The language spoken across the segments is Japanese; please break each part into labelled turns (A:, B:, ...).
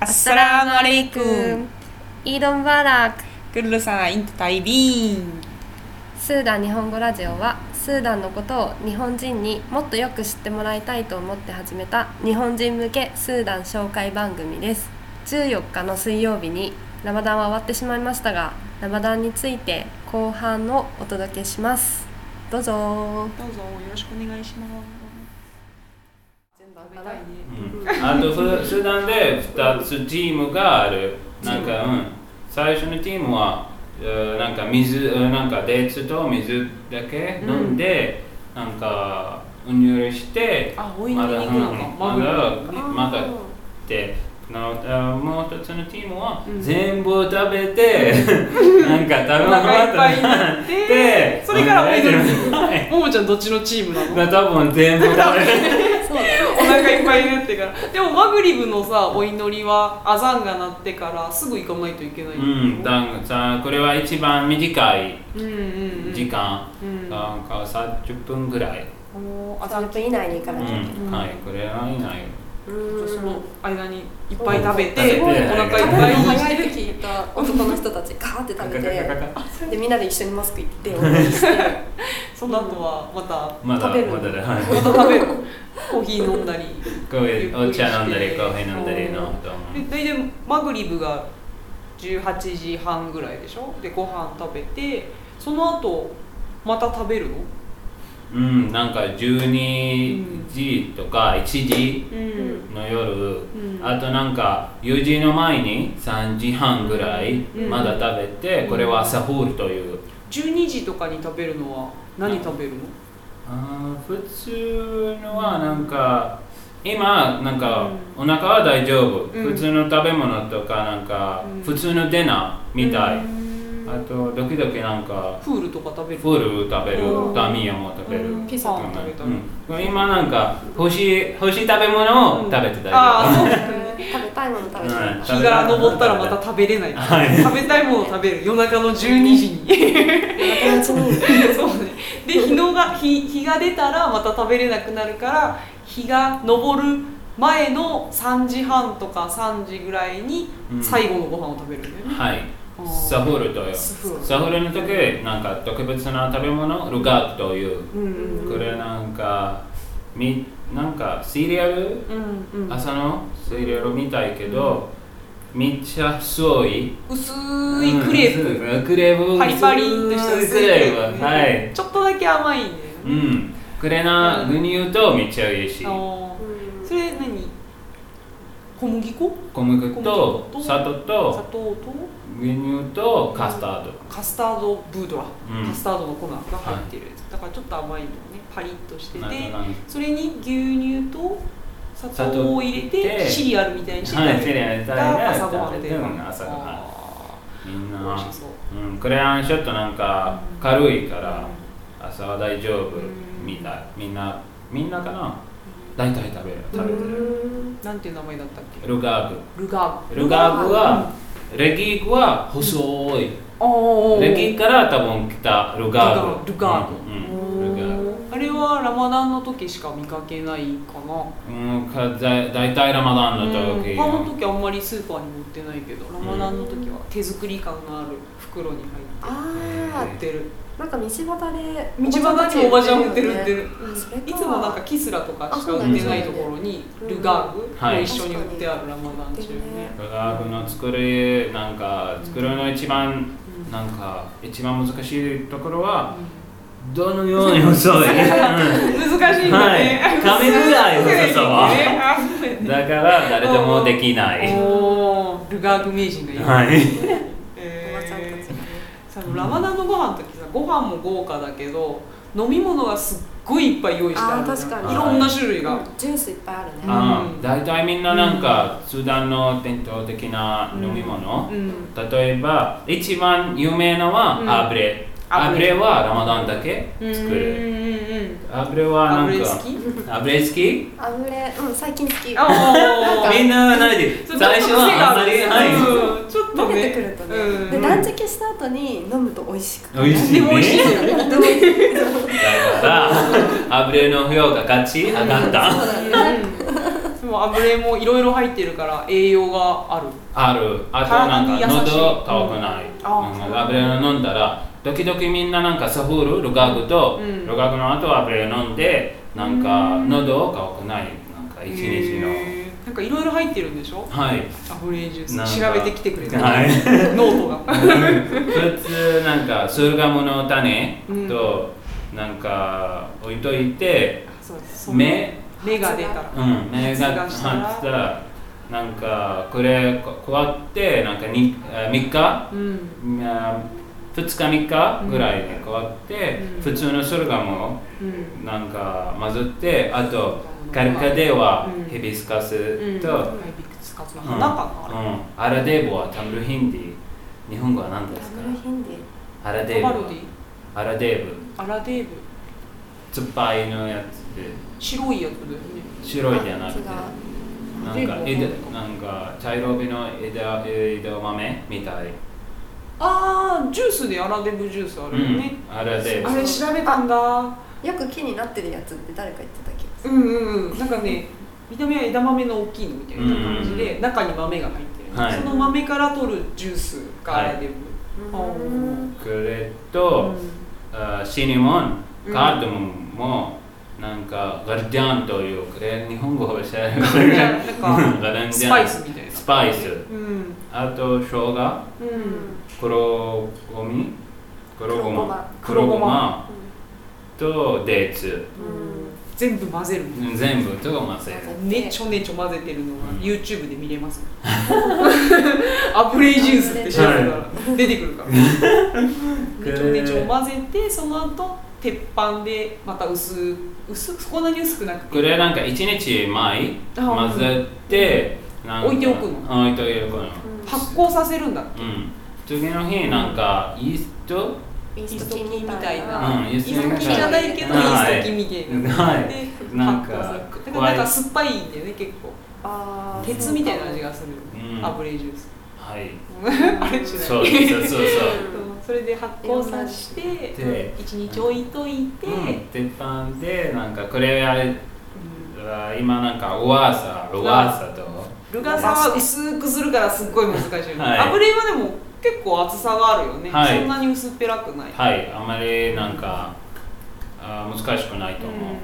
A: アッサラームアレイクン
B: イードンバラーク
A: クルルサインタイビーン
B: スーダン日本語ラジオはスーダンのことを日本人にもっとよく知ってもらいたいと思って始めた日本人向けスーダン紹介番組です14日の水曜日にラマダンは終わってしまいましたがラマダンについて後半をお届けしますどうぞ
A: どうぞよろしくお願いします全部
B: 上げたいね
C: あとススーダンで2つチームがあるなんか、うん、最初のチームはえーなんか水えーなんかデーツと水だけ飲んで、なんかお入して
A: あお
C: まだ
A: 祈り
C: う
A: に行く
C: ん
A: のか
C: まだ
A: マグロ
C: まだってなあもう一つのチームは
A: うん
C: 全部食べて、なんか食べ
A: お
C: 物
A: 腹いっぱいになっ
C: 食べ
A: てそれからお 祈りする
C: はい
A: ももちゃんどっちのチームなの
C: だから多分全部食べて
B: そうだ
A: お腹いっぱいになってからでもマグリブのさお祈りはアザンが鳴ってからすぐ行かないといけない
C: うん、だんさこれは一番短い
A: うんうんうん
C: 時間、
A: うん
C: なんか30分ぐらい、
A: おーアザン聞
B: 30
A: い
B: 分以内に行か
C: う
B: なきゃいけない
C: んはい、これはいない。
B: うん
A: その間にいっぱい食べ
C: うん
A: てお
C: 食べて
A: 腹いっ
B: 食べ
A: ぱい
B: るの
A: に
B: 早いって聞いた男の人たちガーって食べ
C: カカカ
B: て
C: カカ
B: でみんなで一緒にマスク行ってお祈りして
A: その後はまた
C: まだ
B: 食べる
C: まだだ、 はい、
A: また食べるコーヒー飲んだり
C: こういうお茶飲んだり、コーヒー飲んだり
A: うん
C: 飲むと思う。
A: で大体マグリブが18時半ぐらいでしょでご飯食べてその後また食べるの
C: うん、なんか12時とか1時
A: う
C: の夜、
A: ん
C: あとなんか4時の前に3時半ぐらい
A: うん
C: まだ食べて、これはサフールという。
A: 12時とかに食べるのは何食べるの
C: あー普通のはなんか今なんかお腹は大丈夫、
A: うん
C: 普通の食べ物とかなんか
A: うん
C: 普通のディナーみたい、
A: うん
C: あと時々なんか
A: プールとか食べる
C: フール食べる
A: うん
C: ダミアも食べる、
A: うん
B: ピザ
A: パ
C: う
A: ン食べたり
C: んうん今なんか欲しい欲しい食べ物を食べてたりとか、
A: ああ
B: 食べたいもの食べて
C: はい
B: た
A: 日が昇ったらまた食べれない、
C: はい
A: 食べたいものを食べる夜中の12時に
B: 仲間内に
A: そうねで日のが日日が出たらまた食べれなくなるから日が昇る前の3時半とか3時ぐらいに
C: うん
A: 最後のご飯を食べるんだよね、
C: はい
A: あー
C: サフールという
A: サフール
C: サフールの時なんか特別な食べ物ルガーという
A: うんうん
C: これなんかみなんかシリアル
A: うんうん
C: 朝のシリアルみたいけど、めっちゃ薄い
A: 薄いクレープ、
C: ープクレープ
A: パリパリっとした
C: 薄い
A: 薄
C: ク
A: いク
C: レ
A: レー
C: ー
A: プ、
C: プはい
A: ちょっとだけ甘いんだよね、
C: うんこれな牛乳とめっちゃ嬉しい
A: あのそれ何小麦粉
C: 小麦
A: 小麦
C: と
A: 粉と
C: 砂糖
A: 砂
C: と
A: 糖と
C: 牛乳とカスタード
A: カスタードブードラ、
C: うん
A: カスタードの粉が入ってるやつ、だからちょっと甘いのねパリッとしてて
C: あとなん
A: それに牛乳と砂
C: 砂
A: 糖
C: 糖
A: を入れて
C: で
A: シリアルみたいにして
C: はいシリアルみたいな
A: が
C: やつ
A: 朝ごはんで
C: うん朝ごはん
A: あ
C: みん
A: ー美味
C: な
A: しそう
C: うんこれはちょっとなんか軽いから朝は大丈夫
A: うん
C: みたいみんなみんなかな大体食べる食べてる
A: なんていう名前だったっけ
C: ルガー
A: ルガー
C: グルガーグはレギーグは細い
A: お
C: レギーから多分来たルガーグ
A: ルガーグ
C: うんうんルガーグ
A: あれはラマダンの時しか見かけないかな
C: うんかだ大体ラマダンの時、
A: うん他の時あんまりスーパーにも売ってないけどラマダンの時は手作り感のある袋に入っ
B: あ
A: て売ってる
B: あなんか道端で
A: 道端におばちゃん売ってる売ってる、
B: あそれか
A: いつもなんかキスラとかしか売ってないところに
B: あそうな
A: ル
B: んだ
A: ガーグ
C: は
A: と
C: い
A: 一緒に売ってあるラマダン中ね
C: ルガーグの作りなんか作るの一番なんか一番難しいとこ ろはどのように細い、うん
A: 難しいんだね、
C: はい紙ぐらいの
A: 薄
C: 太さは
A: ねあそうやね
C: だから誰でもできない、
A: おールガーグ名人がいる、
C: は
B: おば
C: い
B: ちゃんた
A: えー
B: ちがね
A: さラマダンのご飯の時さご飯も豪華だけど飲み物がすっごいいっぱい用意してあるのよ
B: あー確か
C: に
A: いろんな種類が、
B: ジュースいっぱいあるね
A: あ
C: うん大体みんななんかスーダンの伝統的な飲み物、
A: うん
C: 例えば一番有名なの
A: うん
C: はアブレ、
A: ア
C: ア
A: ブ
C: ブ
A: レ
C: レはラマダンだけ作る、
A: うんうんうんうん
C: アブレは
A: あ
C: な
A: ブレ
C: ん
A: 好
C: か
A: き
C: アブレ好き
B: あぶれうん最近好き
A: あ
B: なんか
A: ー
C: みんな慣れてる
A: ちょっと
C: 最初はあんまり
A: 癖が
C: は
A: あ
C: い
A: るうんちょっと
B: 食
A: ね
B: べてくるとね、
A: うん
B: で断食した後に飲むと美味しく
C: 美味しい
A: でも美味しいよ
C: ね
A: ね
B: でも美味しい
C: だからアブレの票が勝ち上がった
A: うんでももあぶれもいろいろ入ってるから栄養がある
C: あるあとなんか
A: 体に優しい
C: 喉乾かない、
A: うんあ
C: なんか油を飲んだら時々みんななんかサフールルガグと、
A: うん
C: ルガグの後は油を飲んでなんか喉乾かないなんか一日の、
A: へーなんかいろいろ入ってるんでしょ
C: はい
A: アフレージュ
C: な
A: ー
C: ん
A: ス
C: か
A: 調べてきてくれた、
C: はい
A: ノートが
C: 普通なんかスルガムの種
A: うん
C: と、なんか置いといて
A: そうです
C: 目
A: 目が出たら
C: うん、目
A: 発芽
C: が
A: したら
C: 発芽したらなんかこれここうやってなんかにあ3日
A: うん
C: 2日3日ぐらいでこうやって、
A: うん
C: 普通のソルガムを
A: うん
C: なんか混ぜてあとカルカデは
A: うん
C: ヘビスカス
A: うん
C: と、
A: ハイビクツカツの花かな、あれ
C: うんアラデーボはタムルヒンディ日本語は何ですか
B: ダブルヒンディ
C: アラデー
A: タ
C: ボ
A: バルディ
C: アラデーブ
A: アラデーブ
C: 酸っぱいのやつで
A: 白いやつだよね
C: 白いじゃなくて
B: 違う
C: なんか
A: アラデ
C: 枝
A: ーブ
C: なんか茶色めの枝枝豆みたい、
A: ああジュースでアラデブジュースあ
C: う
A: るよ
C: ん
A: ね、
C: アラデー
A: あ
C: ブ
A: れ調べたんだ
B: よく木になってるやつって誰か言ってた気がす
A: うんうんうんなんかね見た目は枝豆の大きいのみたいな感じ
C: うん
A: で、中に豆が入ってる、
C: は
A: そ
C: い
A: の豆から取るジュースがアラデブ、
B: る
A: あー
B: うん
C: これと、あシニモン
A: うん
C: カードモンも、なんかガルディアンというこれ日本語は知らない
A: ガルディアンなんか
C: うんガルディアン
A: スパイスみたいな
C: スパイス
A: うん
C: あと生姜
A: う
B: うん
A: ん
C: 黒ごみ黒ごま
A: 黒ごま
C: とデーツ
B: うん
A: 全部混ぜる
C: うん全部と混ぜる
A: ねちょねちょ混ぜてるのが
C: うん
A: YouTube で見れます、アプレイジュースって調べたら出てくるからねちょねちょ混ぜてその後鉄板でまた薄薄くこんなに薄くなくて
C: これなんか1日前
A: あうん
C: 混ぜてなんか
A: 置いておくの
C: あ置いておくの
A: 発酵させるんだ
C: うん次の日なんかイースト
B: イー
A: イー
B: ス
A: ス
B: ト
A: ト
B: 菌
A: 菌
B: み
A: み
B: た
A: た
B: い
A: い
B: な
A: な
C: うんイース
A: イ
C: ト
A: ー
C: 菌
A: スト菌じゃないけどイ
C: はい
A: ースト菌みたいな
C: はい
A: で
C: なん
A: 発
C: か
A: 酵させるだ
C: 怖
A: からな
C: い
A: んか酸っぱいんだよね結構
B: あー
A: 鉄みたいな味がする、
C: うん
A: アプレイジュース
C: はい
A: あれしない
C: そ うそうそうそう
A: それで発酵させて
C: で
A: 一日置いといて、
C: うん、鉄板でなんかこれあれは今なんかおわさロワーサと
A: ルガサは薄くするからすっごい難しい、
C: はい
A: 油絵はでも結構厚さがあるよね、
C: はい
A: そんなに薄っぺらくない、
C: はいあまりなんかあ難しくないと
A: う
C: 思う、
A: ん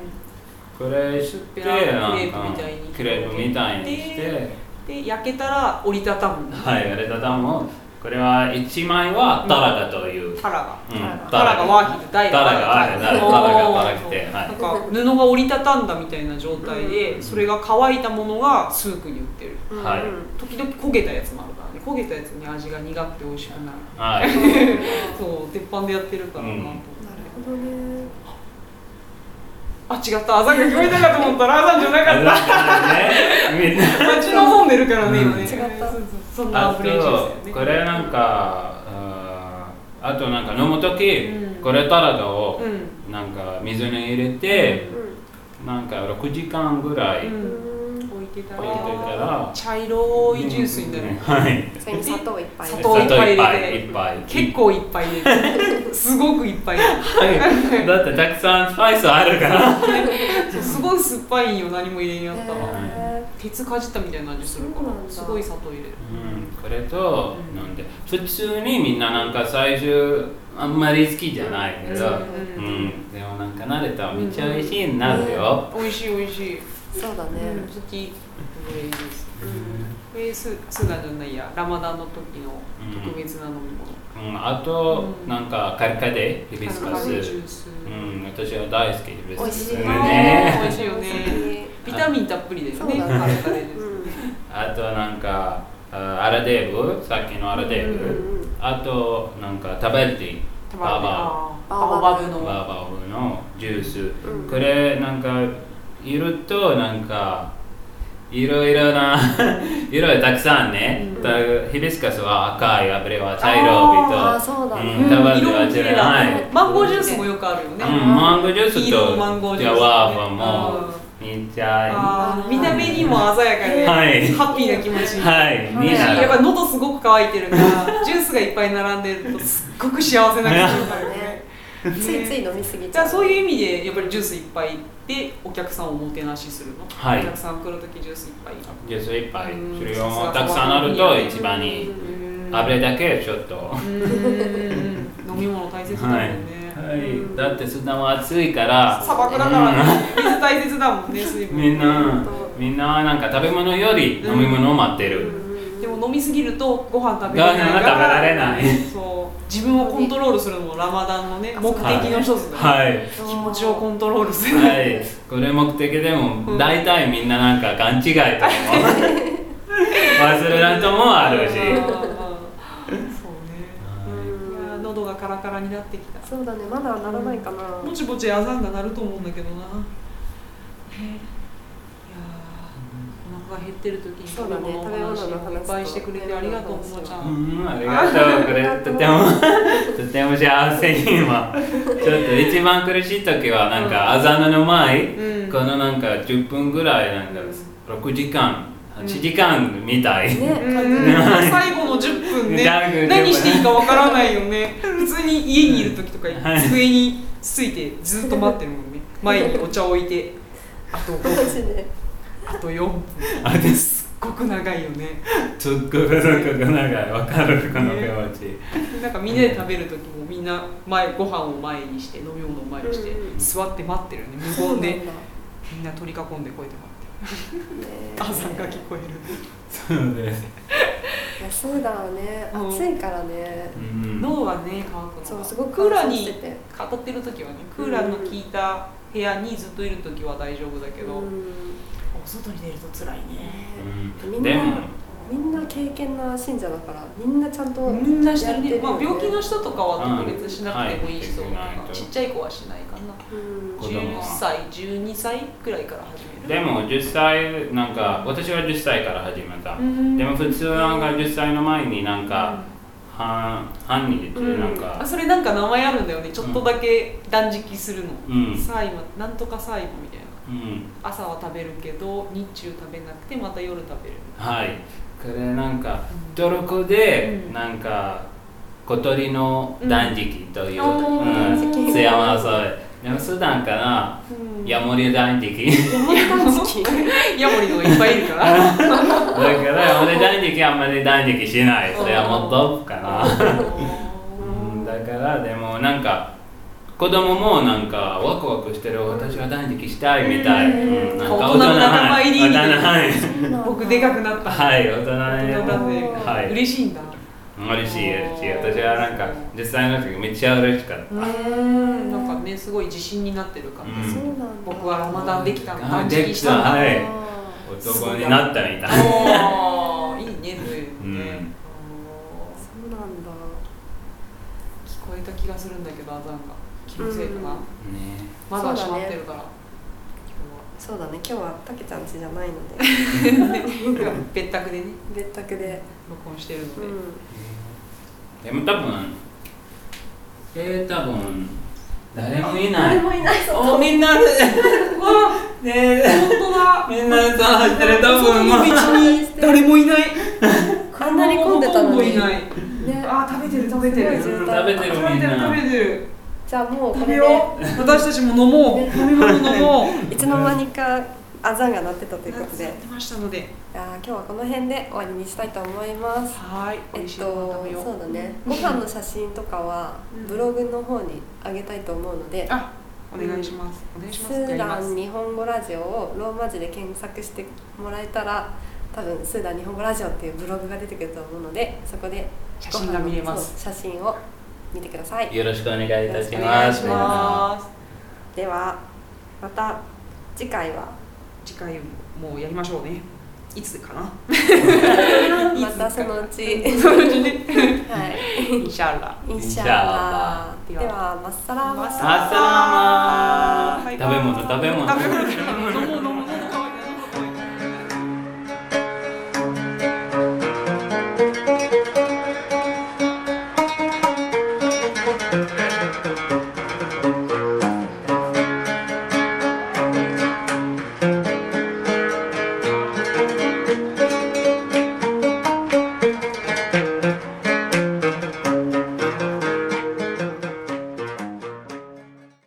C: これし
A: ペ
C: て
A: ラ
C: な
A: クレー
C: ん
A: プ
C: か
A: みたいに
C: クレープみたいにして
A: で焼けたら折りたたむ
C: はいあれだともこれは一枚はタラダという、うん、
A: タラが
C: タ
A: タラがワーヒルダイ
C: タラがはいタラが
A: おー
C: タラ来ては
A: ないんか布が折りたたんだみたいな状態で、
C: うん
A: それが乾いたものがスープに売ってる
B: うん
C: はい
B: うん
A: 時々焦げたやつもあるからね焦げたやつに味が苦くて美味しくなる
C: はい
A: そう鉄板でやってるからなと思って、
B: なるほどね
A: あ違ったあざが聞こえたかと思ったらあざんじゃなかった
C: ねみんな
A: 待ち望んでるからね、
C: うん
A: 今ね
B: 違った
A: そうそうそんな
C: あ
A: アプレージュースだよ
C: と
A: ね
C: これなんかあーあとなんか飲む時、
A: うん
C: これタラダを
A: うん
C: なんか水に入れて、なんか6時間ぐらい
A: うん
C: 置い
A: 置
B: うん
C: て
A: いてた
C: た
A: ら
C: ら、
A: 茶色いジュースになる、
C: うん はい
B: それに砂糖いっぱい
A: 砂
B: 入れ
A: 糖いっぱい入れて
C: 砂糖いっぱいいっぱい
A: 結構いっぱい入れてすごくいっぱい入
C: はいだってたくさんスパイスあ るから
A: れてそうすごい酸っぱいんよ何も入れにあったら、
B: へ
A: 鉄かじったみたいな味するか
B: そうなんだ
A: らすごい砂糖入れる
C: うんこれと飲んで普通にみんななんか最初あんまり好きじゃないけど、う
A: うんん
C: でもなんか慣れたらめっちゃ美味しいになるよ、
A: 美味しい美味しい、
B: ーそうだね
A: うん好きアプレージュース
B: うん
A: これススーダンじゃないやラマダンの時の特別な飲み物、
C: うん、あと、
A: うん
C: なんかカルカデヘビス
A: カ
C: カ
A: ルカ
C: ス、
A: デジュース
C: うん、私は大好きヘビス
B: 美
C: カ
B: 味し
C: ス
B: い
A: ね
C: ね
A: 美味しいよねビタミンたっぷりだよね
B: そうだね
A: カルカデジュース
B: うん
C: あとなんかあアラデーブさっきのアラデーブ、
B: うんうん
C: あとなんかタベルティ
A: た
C: バーバ
A: まにバーバブ
C: ー
A: の
C: バーバーのジュース、
B: うん
C: これなんかいるとなんかいろいろな 色々たくさんね、
A: うん
C: だヘビスカスは赤い、アブレは茶色いと
B: あーそうだね
C: うん、タベルティは
A: 色も綺麗
C: 茶
A: だ
C: 色い
A: ね、マンゴージュースもよくあるよね、
C: うん、マンゴージュース
A: 黄色いマンゴ
C: と
A: ー
C: ジ
A: ジ
C: ャ
A: ュース
C: ワーバもめっちゃ
A: あー見た目にも鮮やかで、
C: はい
A: ハッピーな気持ち
C: いい。はい、
B: はい
C: にな
A: やっ
C: る
A: ぱ喉すごく乾いてる からジュースがいっぱい並んでるとすっごく幸せな気分になるよね
B: ついつい飲みすぎち
A: じゃ
B: ゃ
A: あ
B: う
A: そういう意味でやっぱりジュースいっぱいっってお客さんをおもてなしするの、
C: はい
A: お客さん来るときジュースいっぱい
C: ジュースいっぱい
A: うん
C: それをたくさんあると一番いい油だけちょっとは
A: うん飲み物大切だもんね、
C: いだってスーダンは暑いから
A: 砂漠だからね水大切だもんね水
C: うん
A: 分
C: みんなみんなはなんか食べ物より飲み物を待ってる、
A: でも飲みすぎるとご飯食べれないから
C: ご飯が食べられない
A: そう自分をコントロールするのもラマダンのね目的の一つだ、い、
C: はい
A: 気持ちをコントロールする、
C: はい、これ目的でも大体みんななんか勘違いと思う忘れないともあるし
A: うんうんうんそうね、いや喉がカラカラになってきた
B: そうだねまだならないかな、
A: ぼちぼちアザンが鳴ると思うんだけどな、ねいやーお腹が減ってる時に
B: そうだね
A: 食べ物の話
B: 食べ物の話
A: いっぱいしてくれてありがとうももちゃ、
C: うんんありがとうこれとてもとても幸せに今ちょっと一番苦しい時はなんかあざなの前、
A: うん
C: このなんか10分ぐらいなんか6時間8時間みたい、
B: ね
A: うん最後の10分ね
C: だいぶ
A: 何していいかわからないよね普通に家にいる時とか
C: はい
A: 机についてずっと待ってるも んね前にお茶を置いてあと5
B: マ
A: 分
B: ジで
A: あと4分
C: あです
A: すっごく長いよね
C: すっごくすっごく長いわかるこの気持ち、
A: なんかみんなで食べる時もみんな前ご飯を前にして飲み物を前にして
B: うん
A: 座って待ってるね無言でみんな取り囲んで声で待ってる朝が聞こえる
C: そうです、
B: いやそうだよね
A: うん
B: 暑いからね
C: うん、
A: 脳はね乾く
B: そ
A: の
B: う
A: が
B: すごく
A: クーラー
B: 乾燥して
A: に
B: て
A: 語ってる時はねクーラーの効いた部屋にずっといる時は大丈夫だけど、
B: うん
A: お外に出ると辛いね
C: う
B: み
C: ん
B: ん
C: で
B: な
C: も
B: みんな経験な信者だからみんなちゃんと
A: みんなして
B: やっ
A: る
B: て
A: ね、
B: るよ
A: ま
B: ね
A: あ、病気の人とかは特別しなくてもいい人と
C: うんはい
A: か、ちっちゃい子はしないかな
B: うん
C: 子供
A: 10
C: は
A: 歳12歳くらいから始める
C: でも10歳なんか私は10歳から始めた、
A: うん
C: でも普通なんか10歳の前になんか、半半日でなん
A: あ
C: か、
A: それなんか名前あるんだよねちょっとだけ断食するの、
C: うん
A: サイマなんとかサイマみたいな
C: うん、
A: 朝は食べるけど日中食べなくてまた夜食 べる
C: はいこれなんか
A: うん
C: トルコで
A: うん
C: なんか小鳥の断食という、
A: うん
C: う
A: あー
C: ん津山沿いでも普段からヤモリ 断食
A: ヤモリのがいっぱいいるから
C: だからヤモリ断食あんまり断食しない それはもっとかなうん だからでもなんか子供もなんかワクワクしてる私は断食したいみたい、うんなんか
A: 大人の仲間入りみたいな
C: はい
A: 僕でかくなった、
C: はい大人
A: 大人
C: に
A: だぜみたいな
C: はい
A: 嬉しいんだ
C: 嬉しい嬉しい私はなんか実際の時めっちゃ嬉しかった、
A: うんなんかねすごい自信になってる感じ、
C: うん
B: そうなんだ
A: 僕はラマダンできたの
C: あ
A: 断食したんだ
C: はい
B: あ
C: 男になったみたい
A: おーいいねそういうのね、
C: うん
B: ーそうなんだ
A: おー聞こえた気がするんだけどアザンが気のせいかな、
B: うん
C: ね
A: まだ閉まってるから、
B: そうだね今日はたけちゃん家じゃないの で
A: 今日は別宅でね
B: 別宅で、
A: 録音してるの
B: う
A: で、
B: ん、
C: でも多分えー、多分誰もいない
B: 誰もい ない
C: おみんなでねえ
A: 本当だ
C: みんなでさ走ってる多分ま
A: 外
C: あ
A: の道に 誰もいない
B: あんなに混んでた
A: ほ
B: の
A: とんどい
B: にね
A: ないあー食べてる食べてる
B: すご
A: 食
B: い渋
C: 食べ
B: 滞
C: てるみ
A: べ
C: ん
A: てる
C: な
A: 食べてる
B: じゃあもうこ
A: 食
B: れ
A: べ
B: で
A: よう私たちも飲もう飲み物飲もう
B: いつの間にかアザンが鳴ってたという
A: や
B: こ
A: っ
B: と
A: て
B: で
A: ましたので
B: あー今日はこの辺で終わりにしたいと思います
A: はーい美
B: えっ
A: 味し
B: と
A: いもの食べよう、
B: そうだねご飯の写真とかは
A: うん
B: ブログの方にあげたいと思うので
A: あお願いします、お願いします
B: スー
A: やり
B: ダ
A: ます
B: ン日本語ラジオをローマ字で検索してもらえたら多分スーダン日本語ラジオっていうブログが出てくると思うのでそこで
A: 写真が見れます
B: そう写真を見てください
C: よろしくお願いいたし
B: お願
C: ま
B: い
C: す
B: し
A: ます
B: ではまた次回は
A: 次回もやりましょうねいつかな
B: またそのうち
A: そのうちね
B: はい
A: インシャーラ
B: インシャー
C: シャー
B: ラ
C: ラ
B: ーではまっさら
A: マッサ
C: 皆様食べ物食べ物
A: 食べ物飲もう